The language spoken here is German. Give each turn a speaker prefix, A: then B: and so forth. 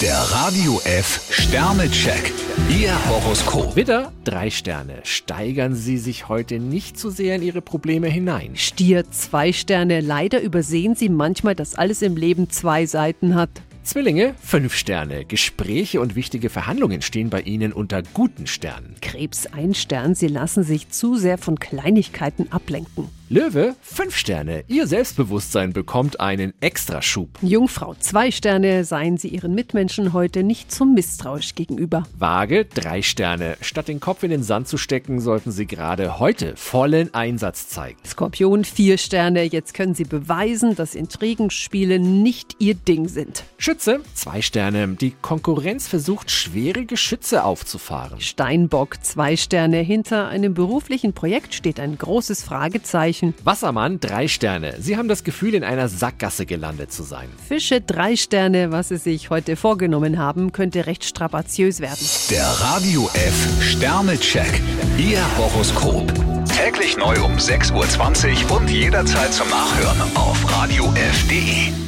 A: Der Radio F Sternecheck. Ihr Horoskop.
B: Widder, drei Sterne. Steigern Sie sich heute nicht zu sehr in Ihre Probleme hinein.
C: Stier, zwei Sterne. Leider übersehen Sie manchmal, dass alles im Leben zwei Seiten hat.
B: Zwillinge, fünf Sterne. Gespräche und wichtige Verhandlungen stehen bei Ihnen unter guten Sternen.
C: Krebs, ein Stern. Sie lassen sich zu sehr von Kleinigkeiten ablenken.
B: Löwe, fünf Sterne. Ihr Selbstbewusstsein bekommt einen Extraschub.
C: Jungfrau, zwei Sterne. Seien Sie Ihren Mitmenschen heute nicht zu misstrauisch gegenüber.
B: Waage, drei Sterne. Statt den Kopf in den Sand zu stecken, sollten Sie gerade heute vollen Einsatz zeigen.
C: Skorpion, vier Sterne. Jetzt können Sie beweisen, dass Intrigenspiele nicht Ihr Ding sind.
B: Schütze, zwei Sterne. Die Konkurrenz versucht, schwere Geschütze aufzufahren.
C: Steinbock, zwei Sterne. Hinter einem beruflichen Projekt steht ein großes Fragezeichen.
B: Wassermann, drei Sterne. Sie haben das Gefühl, in einer Sackgasse gelandet zu sein.
C: Fische, drei Sterne. Was Sie sich heute vorgenommen haben, könnte recht strapaziös werden.
A: Der Radio F Sternecheck. Ihr Horoskop. Täglich neu um 6.20 Uhr und jederzeit zum Nachhören auf Radio radiof.de.